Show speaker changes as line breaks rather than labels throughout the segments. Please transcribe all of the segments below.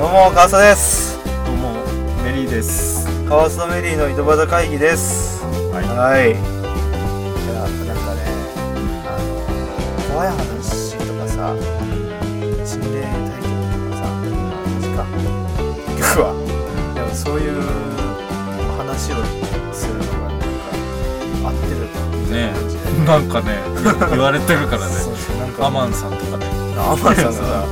も川瀬です
どうもメリーです。
川瀬とメリーの井戸端会議です
は
はいいやなんかねあの怖い話とかさ心霊体験とかさ話か結局はでもそういう話をするのがなんか合ってる
い。ね
感じで
え、なんか ね、言われてるからね。
そうそうなんか
アマンさんとかね。
アマンさんがさ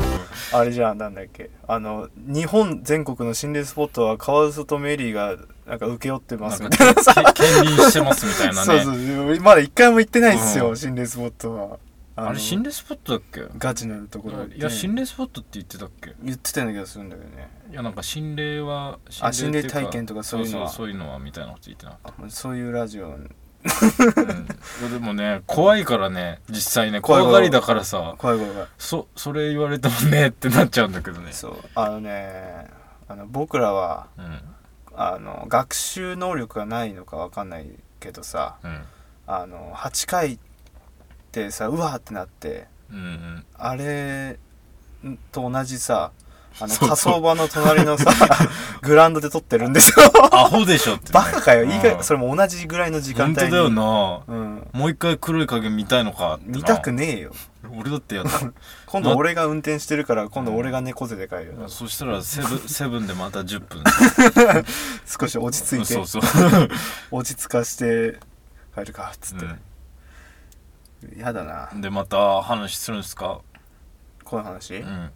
あれじゃんなんだっけあの日本全国の心霊スポットは川瀬とメリーがなんか請け負ってますみたいなさ
け兼任してますみたいな
そうそ
ね。
うまだ一回も行ってないですよ、
うん
心霊スポットはあ
あれ心
霊
霊スポットだっけ
ガチのところ、
いや、心
霊
霊スポットって言ってたっけ
言ってたような気がするんだけどね
いや、なんか心霊は、
あ心霊
ってうか
体験とかそういうのは
そうそう、そういうのはみたいなこと言ってな。
そういうラジオ
うん、でもね、怖いからね、実際ね、
怖い
怖がりだからさ、
怖い怖い怖い
そ、それ言われてもねってなっちゃうんだけどね。
そうあのねあの僕らは
うん。
あの学習能力がないのかわかんないけどさ
うん。
あの8回ってさうわーってなって
うんうん。
あれと同じさあの
そうそう
火葬場の隣 のさグラウンドで撮ってるんですよ
アホでしょって、ね。
バカかよ、いいか
うん
それも同じぐらいの時間帯に
本当だよな。
うん
もう一回黒い影見たいのかってな
見たくねえよ
俺だってやだ
今度俺が運転してるから今度俺が猫背で帰るよ、
そしたら セブンセブンでまた10分
少し落ち着い
そ
て
うそう、
落ち着かして帰るかっつって、
う、
やだなん
でまた話するんですか、
怖い話、
うん、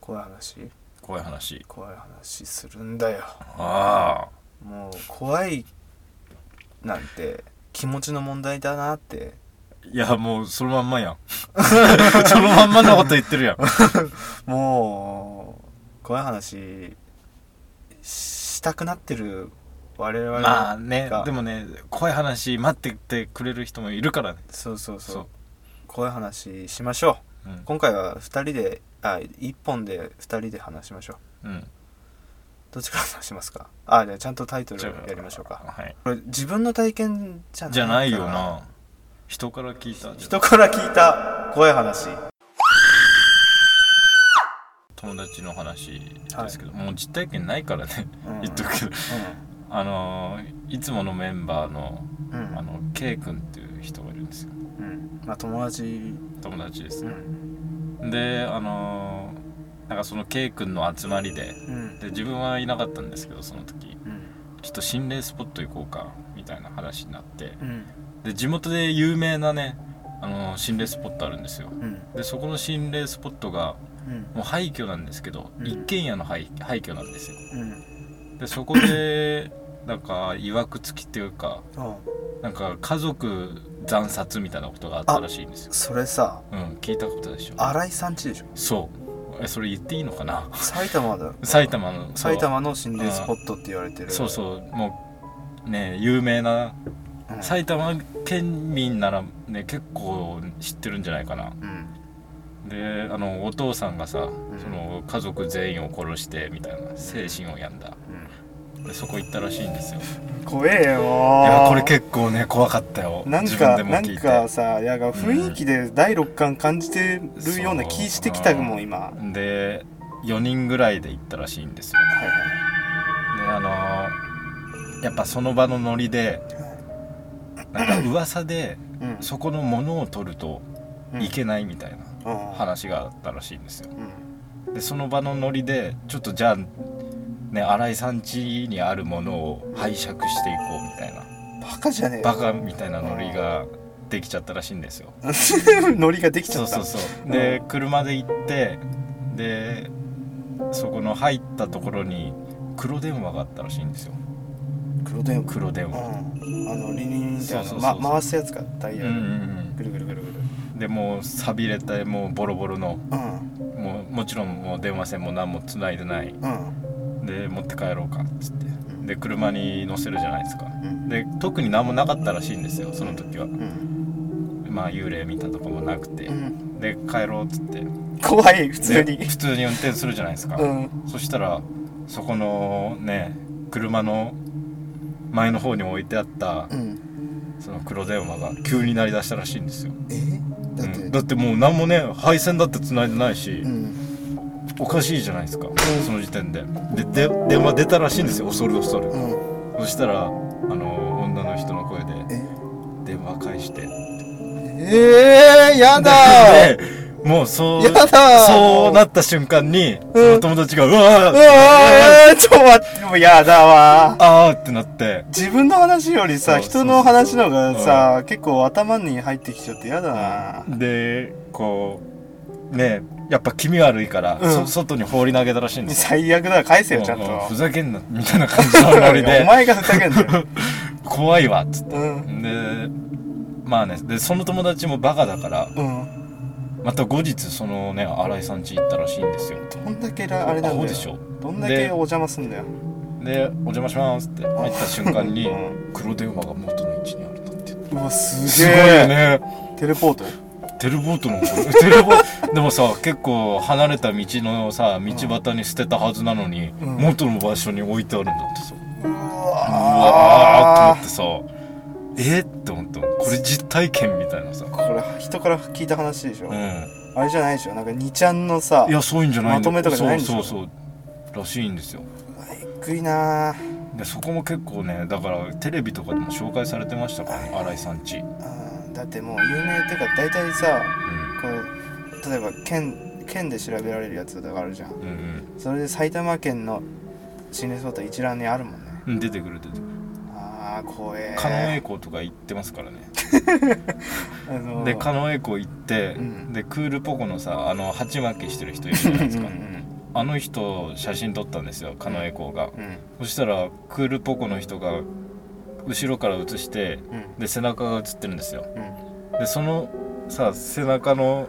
怖い話
怖い話
怖い話するんだよ
ああ
もう怖いなんて気持ちの問題だなって
いやもうそのまんまや んそのまんまのこと言ってるやん
もう怖い話したくなってる我々
まあね
が
でもね怖い話待っててくれる人もいるからね
そうそうそう
そう
怖い話しましょ
う、
うん今回は2人であ1本で2人で話しましょう
うん、
どっちから話しますかあじゃあちゃんとタイトル
じゃあ
やりましょうか
はい
これ自分の体験じゃない
じゃないよ
か
な人から聞いた
人から聞いた怖い話
友達の話ですけど、もう実体験ないからね
うん
言っとくけどあのーいつものメンバーの
うんうん
あの K 君っていう人がいるんですよ
うんまあ友達
友達です
う
ね、
ん
であのーなんかその K 君の集まりで
うん
で自分はいなかったんですけどその時
うん
ちょっと心霊スポット行こうかみたいな話になって
うん
で地元で有名なねあのー心霊スポットあるんですよ
うん
でそこの心霊スポットが
うん
もう廃墟なんですけど、
うん
一軒家の廃廃墟なんですよ
うん
でそこでなんかいわくつきっていうか
あ
なんか家族惨殺みたいなことがあったらしいんですよ
それさ
うん聞いたことでしょ
新井さんちでしょ
そうえそれ言っていいのかな
埼玉だよ
埼玉のそう
埼玉の心霊スポットって言われてる
そうそうもうね有名な
うん
埼玉県民ならね結構知ってるんじゃないかな
うん
であのお父さんがさ、
ん
その家族全員を殺してみたいな精神を病んだでそこ行ったらしいんですよい
うん怖えよい
やこれ結構ね怖かったよ
なん
自分
か
でも
な
聞
ん
いて
かさいやが雰囲気で第六感感じてるような気してきたも
そうん
今、はい
で4人ぐらいで行ったらしいんですよ
は
であのーやっぱその場のノリでなんか噂で
いうん
そこのものを取るといけないみたいな
うん
話があったらしいんですよ
うん
でその場のノリでちょっとじゃあね新井さん家にあるものを拝借していこうみたいな
バカじゃねえよ
バカみたいなノリができちゃったらしいんですよ
ノリができち
そ
ゃ
う
った
そうそうで車で行ってでそこの入ったところに黒電話があったらしいんですよ
黒電話
黒電
うん
話
あのリンリンみたい
そう
な
そうそうそう
ま回すやつかタイヤ
うんうん
ぐるぐるぐるぐる
うんでもうさびれてもうボロボロの
うん
もうもちろんもう電話線も何もつないでない
うん
で持って帰ろうかっつってで車に乗せるじゃないですか
うん
で特に何もなかったらしいんですよその時は
うん
まあ幽霊見たとかもなくて
うん
で帰ろうっつって
怖い普通
で
に
普通に運転するじゃないですか、
うん
そしたらそこのね車の前の方に置いてあった
うん
その黒電話が急に鳴り出したらしいんですよ
えだって
うんだってもう何もね配線だって繋いでないし、
うん
おかしいじゃないですか、
ん
その時点ででで電話出たらしいんですよ恐る恐る、
うん
そしたらあの女の人の声で
え
「電話返して」
えー、やだー
でもうそう
やだー
そうなった瞬間に、その友達が「うわ
う
ー
わーちょっと待ってもうやだわー
あー」ってなって
自分の話よりさ
そうそう
人の話の方がさ結構頭に入ってきちゃってやだな
でこうねやっぱ気味悪いから、
うん
そ外に放り投げたらしいんですよ
最悪だ返せよちゃんと
もうもうふざけんなみたいな感じのノ リ
お
で
前がふざけんなよ
怖いわっつって
うん
でまあねでその友達もバカだから
うん
また後日そのね新井さん家行ったらしいんですよ
どんだけらあれなんだ
アホ
よ
でしょ
どんだけお邪魔すんだよ
で「お邪魔します」って入った瞬間に
う
黒電話が元の位置にあるんだって
うわす
す
げ
ごい
え
よね
テレポート
テレボートのテレボ でもさ結構離れた道のさ道端に捨てたはずなのに、
うん
元の場所に置いてあるんだってさ
う
うわ
わ
ーと思ってさえっ、って思ったのこれ実体験みたいなさ
これ人から聞いた話でしょ、
うん
あれじゃないでしょなんか2ちゃんのさ
いやそういうんじゃないんだ
まとめとかじゃないんでしょ
そうそうそうらしいんですよ
うわえっくいなー
でそこも結構ねだからテレビとかでも紹介されてましたから、ね、新井さんち、うん、
あーだってもう有名っていうか大体さこう例えば県県で調べられるやつとかあるじゃん
うんうん
それで埼玉県の心霊スポット一覧にあるもんね
うん出てくる出てくる
ああ怖え
狩野英孝とか行ってますからね
あのー
で狩野英孝行って、
うん
でクールポコのさあの鉢巻きしてる人いるじゃ
うん
な
う
いですか
ん
あの人写真撮ったんですよ狩野英孝が、
うん
そしたらクールポコの人が後ろから写して
うん
で背中が写ってるんですよ
うん
でそのさ背中の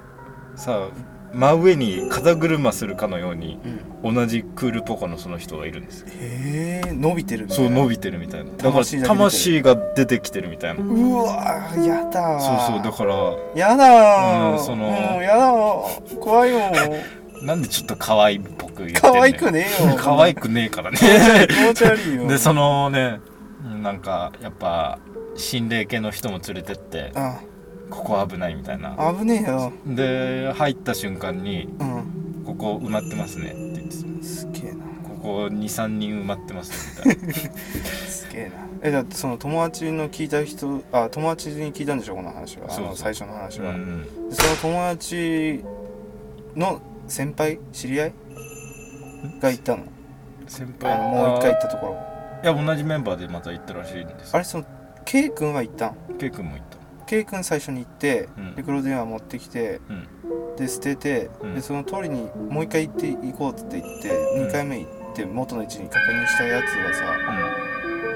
さ真上に肩車するかのように
うん
同じクールポコのその人がいるんですよ
へえ伸びてるね
そう伸びてるみたいなだから
魂だけ出てる
魂が出てきてるみたいな
うわーやだー
そうそうだから
やだー
うんその
もうやだー怖いよー
なんでちょっと可愛いっぽく言ってん
可
の
愛くねえよー
可愛くねえか らね
気持ち悪いよ
でそ
の
のねなんかやっぱ心霊系の人も連れてって
あ
ここ危ないみたいな
危ねえよ
で入った瞬間に
うん
「ここ埋まってますね」って言ってた
すげえな
ここ23人埋まってますね みたいな
すげえなえだってその友達の聞いた人あ友達に聞いたんでしょこの話はあ
そうそ
の
う
最初の話は、
うん
でその友達の先輩知り合いが行ったの
先
あ
輩
のもう一回行
あ
ったところ
いや同じメンバーでまた行ったらしいんです
あれその K 君は行ったん
れケイ君も行った
K 君最初に行って、
うん
で黒電話持ってきて
うん
で捨てて、
うん
でその通りにもう一回行って行こうって言って
ん
2回目行って元の位置に確認したやつがさ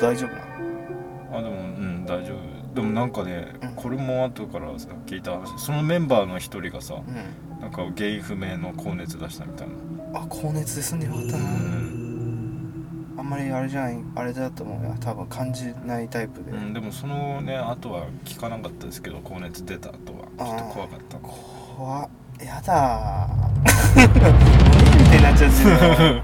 大丈夫なの
うんあでもうん大丈夫でもなんかね
うん
これも後からさ聞いた話そのメンバーの一人がさ
う
なんか原因不明の高熱出したみたいな、
んあ高熱で済んでよかったな、
うん
あんまりあれじゃないあれだと思うよ多分感じないタイプで、
うんでもそのねあとは聞かなかったですけど高熱出た後はちょっと怖かった
怖っやだー みたいになっちゃう自分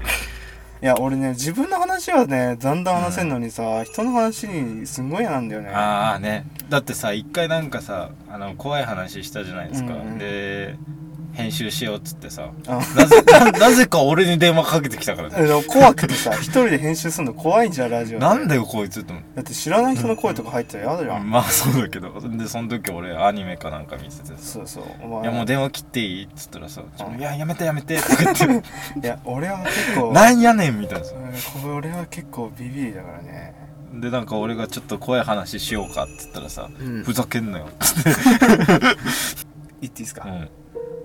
いや俺ね自分の話はねだんだん話せんのにさ、人の話にすごい嫌なんだよね
ああねだってさ一回なんかさあの怖い話したじゃないですか、
うんうん
で編集しようっつってさ
あ
なぜななぜか俺に電話かけてきたからね
でも怖くてさ一人で編集するの怖いんじゃんラジオ
なん
だ
だよこいつって思って
だって知らない人の声とか入ったら嫌だじゃん、
まあそうだけどでその時俺アニメかなんか見ててさ
そうそうお
「い
前
やもう電話切っていい?」っつったらさ「ちょ
うん
いややめてやめて」とか 言って
いや俺は結
「
構
なんやねん」みたいなさ
うん俺は結構ビビりだからね
でなんか俺がちょっと怖い話しようかって言ったらさ
うん
ふざけんなよ。
言っていいですか、
うん。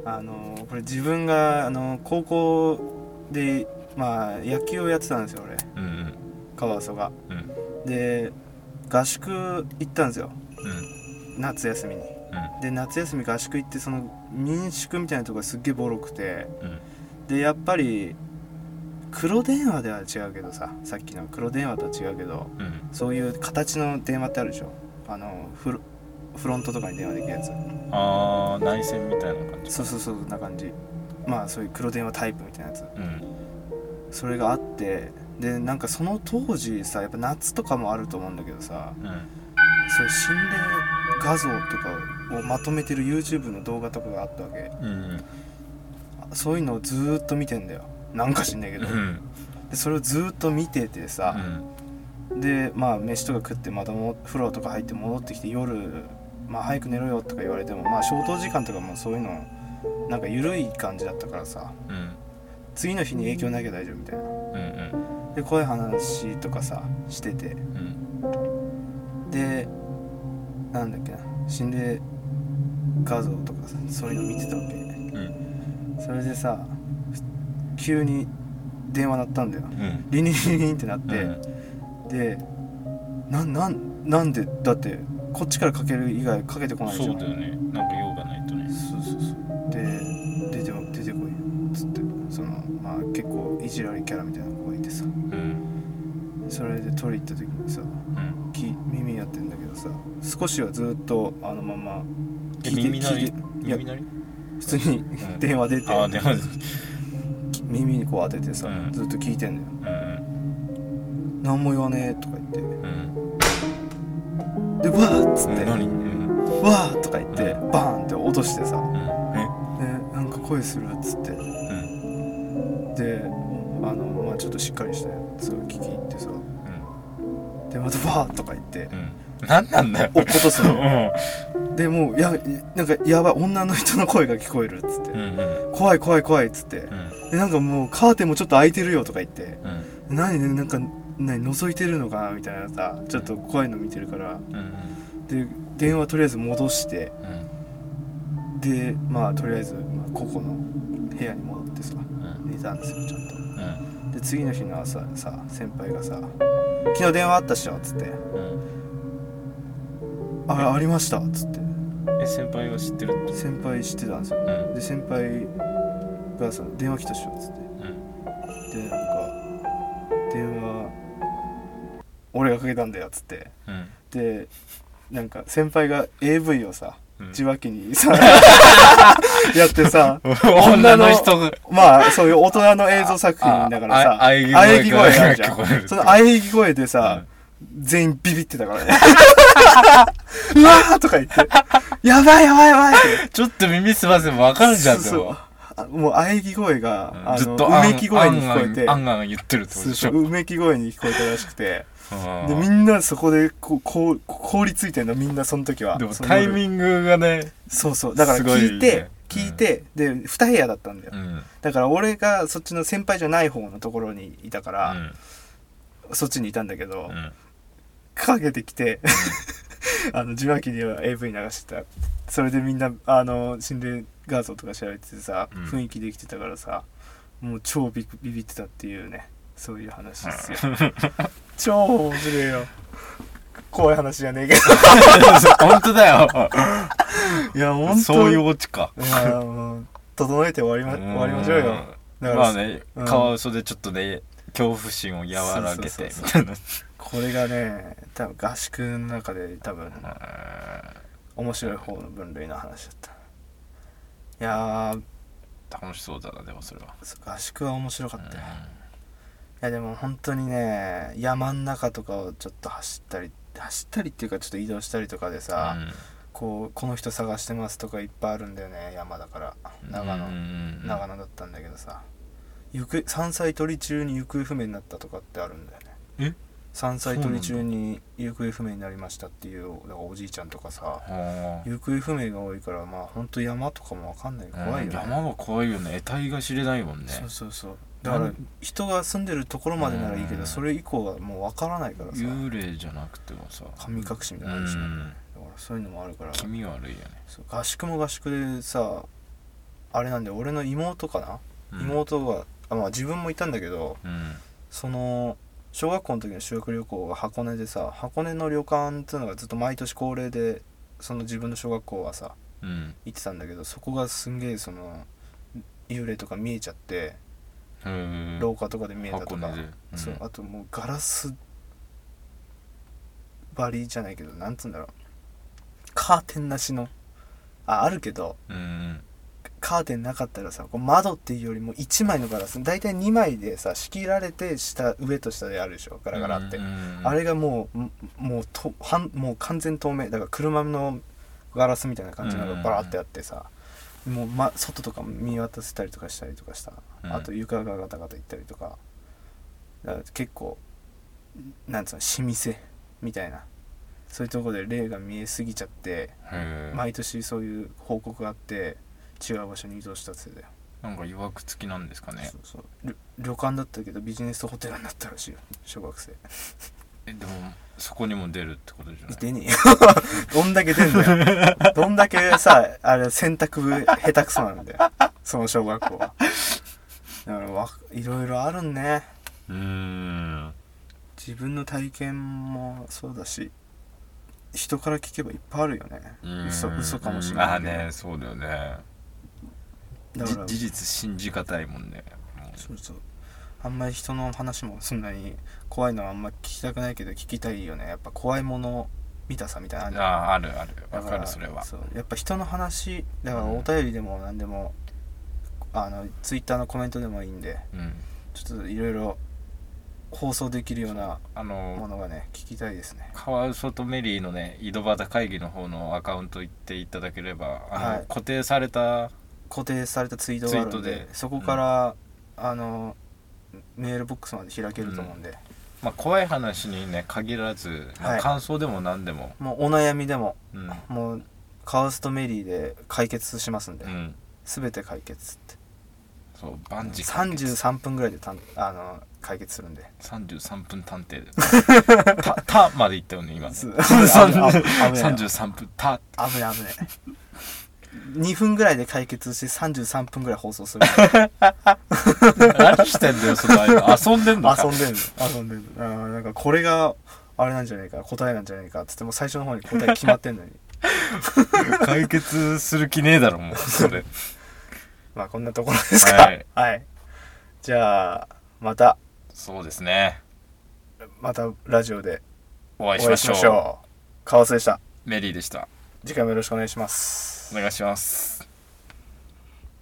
あのこれ自分があの高校でまあ野球をやってたんですよ俺
うんうん。
カワウソが
うん。うん。
で合宿行ったんですよ夏休みにで夏休み合宿行ってその民宿みたいなとこがすっげえボロくて
うん。
でやっぱり黒電話では違うけどささっきの黒電話とは違うけど
うん。
そういう形の電話ってあるでしょあのフロフロントとかに電話できるやつ
うん。ああ、内戦みたいな感じ。
そうそうそうそんな感じまあそういう黒電話タイプみたいなやつ
うん。
それがあってでなんかその当時さやっぱ夏とかもあると思うんだけどさ
うん。
そういう心霊画像とかをまとめてる YouTube の動画とかがあったわけ
うん。
あそういうのをずーっと見てんだよなんか知んないけ
う
ど、
ん
でそれをずーっと見ててさ、でまあ飯とか食ってまたも風呂とか入って戻ってきて夜、まあ、早く寝ろよとか言われてもまあ消灯時間とかもそういうのなんか緩い感じだったからさ
うんうん
次の日に影響なきゃ大丈夫みたいな
うんうん
でこういう話とかさしてて
うん
でなんだっけな心霊画像とかさそういうの見てたわけ
うん
それでさふ急に電話鳴ったんだよ
うん
リンリンリンリンってなって、
うん
でななんなんでだってこっちからかける以外かけてこないじゃん
そうだよねなんか用がないとね
そうそうそうで出ても出てこいっつってそのまあ結構いじられキャラみたいな子がいてさ
うん
それで取り行った時にさ
うん
き耳やってんだけどさ少しはずっとあのまま
え
聞いて
耳鳴
聞い
り
ていや
耳鳴り
普通に
ん
電話出て、
ああでも
耳にこう当ててさ、
うん
ずっと聞いてんだよ
う
「
ん
何も言わねえ」とか言って
うん
「でわーっつって「
何うん
わー」とか言ってバーンって落としてさ
うんえ
でなんか声するっつって
うん
であの、まあ、ちょっとしっかりしたやつを聞き入ってさ
うん
でまたバーッとか言って
うんなんなんだよ
落っことす
う
の
ん
でもうやなんかやばい女の人の声が聞こえるっつって、
うんうん
怖い怖い怖いっつって
うん
でなんかもうカーテンもちょっと開いてるよとか言って
うん
何なんか何覗いてるのかなみたいなさちょっと怖いの見てるから
うん
で電話とりあえず戻して
うん
でまあとりあえず、まあ、ここの部屋に戻ってさ
うん
寝たんですよちゃんと。
うん
で次の日の朝さ先輩がさ「昨日電話あったっしょ」っつって
う
「
ん
あれありました」っつって
え先輩は知ってるって
先輩知ってたんですよ
うん
で先輩がさ「電話来たっしょ」っつって
うん
でなんか電話俺がかけたんだよっつって
うん
でなんか先輩が AV をさ
うん
受話器に さ、やってさ
女の人が
まあそういう大人の映像作品だからさ
あああ喘ぎ
喘
声
ぎ声
があるじ
が聞こえ
ゃ
る
んその喘ぎ声でさ、全員ビビってたから ねうわーとか言ってやばいやばいやばいって
ちょっと耳すませば分かるじゃんで
そう
も
あもう喘ぎ声が、あの
ずっと
う
あん
めき声に聞こえて
あんあんあんあん言ってるってこと
そう
でし
そ
ょ
ううめき声に聞こえたらしくて
うん
でみんなそこでこうこう凍りついてんのみんなその時は
でも
その
タイミングがね
そうそうだから
すごい
聞いて
ね
聞いて、で2部屋だったんだよ、
うん
だから俺がそっちの先輩じゃない方のところにいたから、そっちにいたんだけど、
うん
かけてきて あの受話器には AV 流してたそれでみんなあの心霊画像とか調べててさ、
うん
雰囲気できてたからさもう超ビビビってたっていうねそういう話ですよ 超面白いよ怖い話じゃねえけ
本当だよ
どいや本当
そういうオチか
いやもう整えて終わりま終わりましょうよ
うん
だから
まあね
うん
カワウソでちょっとね恐怖心を和らげ
そう
て
そう
みたいな
これがね多分合宿の中で多分
う
面白い方の分類の話だったいやー
ん楽しそうだなでもそれは
そう合宿は面白かったよ、い
うん
やでも本当にね山ん中とかをちょっと走ったり走ったりっていうかちょっと移動したりとかでさ、こうこの人探してますとかいっぱいあるんだよね山だから
うん
長野、
うん
長野だったんだけどさ行方山菜採り中に行方不明になったとかってあるんだよね
え
山菜採り中に行方不明になりましたっていうだからおじいちゃんとかさ
はあ
行方不明が多いからまあほんと山とかもわかんない怖いよね、
山は怖いよね得体が知れないもんね
そうそうそうだから人が住んでるところまでならいいけ
う
ど
ん
それ以降はもうわからないからさ
幽霊じゃなくてもさ
神隠しみたいな
う
感じだか
ん
らそういうのもあるから
気味悪いよね
そう合宿も合宿でさあれなんで俺の妹かな、妹があまあ自分もいたんだけど、
うん
その小学校の時の修学旅行が箱根でさ箱根の旅館っていうのがずっと毎年恒例でその自分の小学校はさ
うん
行ってたんだけどそこがすんげえその幽霊とか見えちゃって
うん
廊下とかで見えたと
箱
か、
根でうん
そうあともうガラス張りじゃないけどなんつうんだろうカーテンなしのああるけど
うん
カーテンなかったらさこう窓っていうよりも1枚のガラス大体2枚でさ仕切られて下上と下であるでしょガラガラって、
うん
あれがもうんもうとはんもう完全透明だから車のガラスみたいな感じの
うんうんう
が
ん
バラってあってさ、もう、ま、外とか見渡せたりとかしたりとかした、
うん
あと床がガタガタいったりとかだから結構なんつうの老舗みたいなそういうところで霊が見えすぎちゃって、
へえ
毎年そういう報告があって違う場所に移動したってだよ、
なんか曰く付きなんですかね
そうそう旅旅館だったけどビジネスホテルになったらしいよ小学生
えでもそこにも出るってことじゃない
出ねえよどんだけ出んだよ どんだけさあれ選択部下手くそなんだよその小学校はだからわいろいろあるんね
うーん
自分の体験もそうだし人から聞けばいっぱいあるよね
うん
嘘嘘かもしれな
う
い
ん
けど
ああねそうだよね
だから
じ事実信じがたいもんねも
そうそうあんまり人の話もそんなに怖いのはあんま聞きたくないけど聞きたいよねやっぱ怖いもの見たさみたいなのあ
う
るじゃん
あああるあるわ
だ
かるそれは
うやっぱ人の話だからお便りでも何でも、あのツイッターのコメントでもいいんで
うん
ちょっといろいろ放送できるような
あ
も
の
のがね聞きたいですね
カワウソとメリーのね井戸端会議の方のアカウント行っていただければあの、
はい
固定された
固定されたツイートがあるん
ツイー
で
トで
そこから、あのメールボックスまで開けると思うんで、
まあ、怖い話にね限らず、まあ
はい
感想でも何でも、
もうお悩みでも
うん
もうカウスとメリーで解決しますんで、
うん、
全て解決って
そう万事解決
33分ぐらいでたんあの解決するんで
33分探偵で たたまで言ったよね今ね
す
三十三分た
危ね危ね2分ぐらいで解決して33分ぐらい放送 する
何してんだよその間遊んでんのか
遊んでんの遊んでんのあーなんかこれがあれなんじゃないか答えなんじゃないかっつってもう最初の方に答え決まってんのに
解決する気ねえだろもうそれ
まあこんなところですか
は
はいい、じゃあまた
そうですね
またラジオで
お
お
会いしましょう
う川瀬でした
メリーでした
次回もよろしくお願いします
お願いします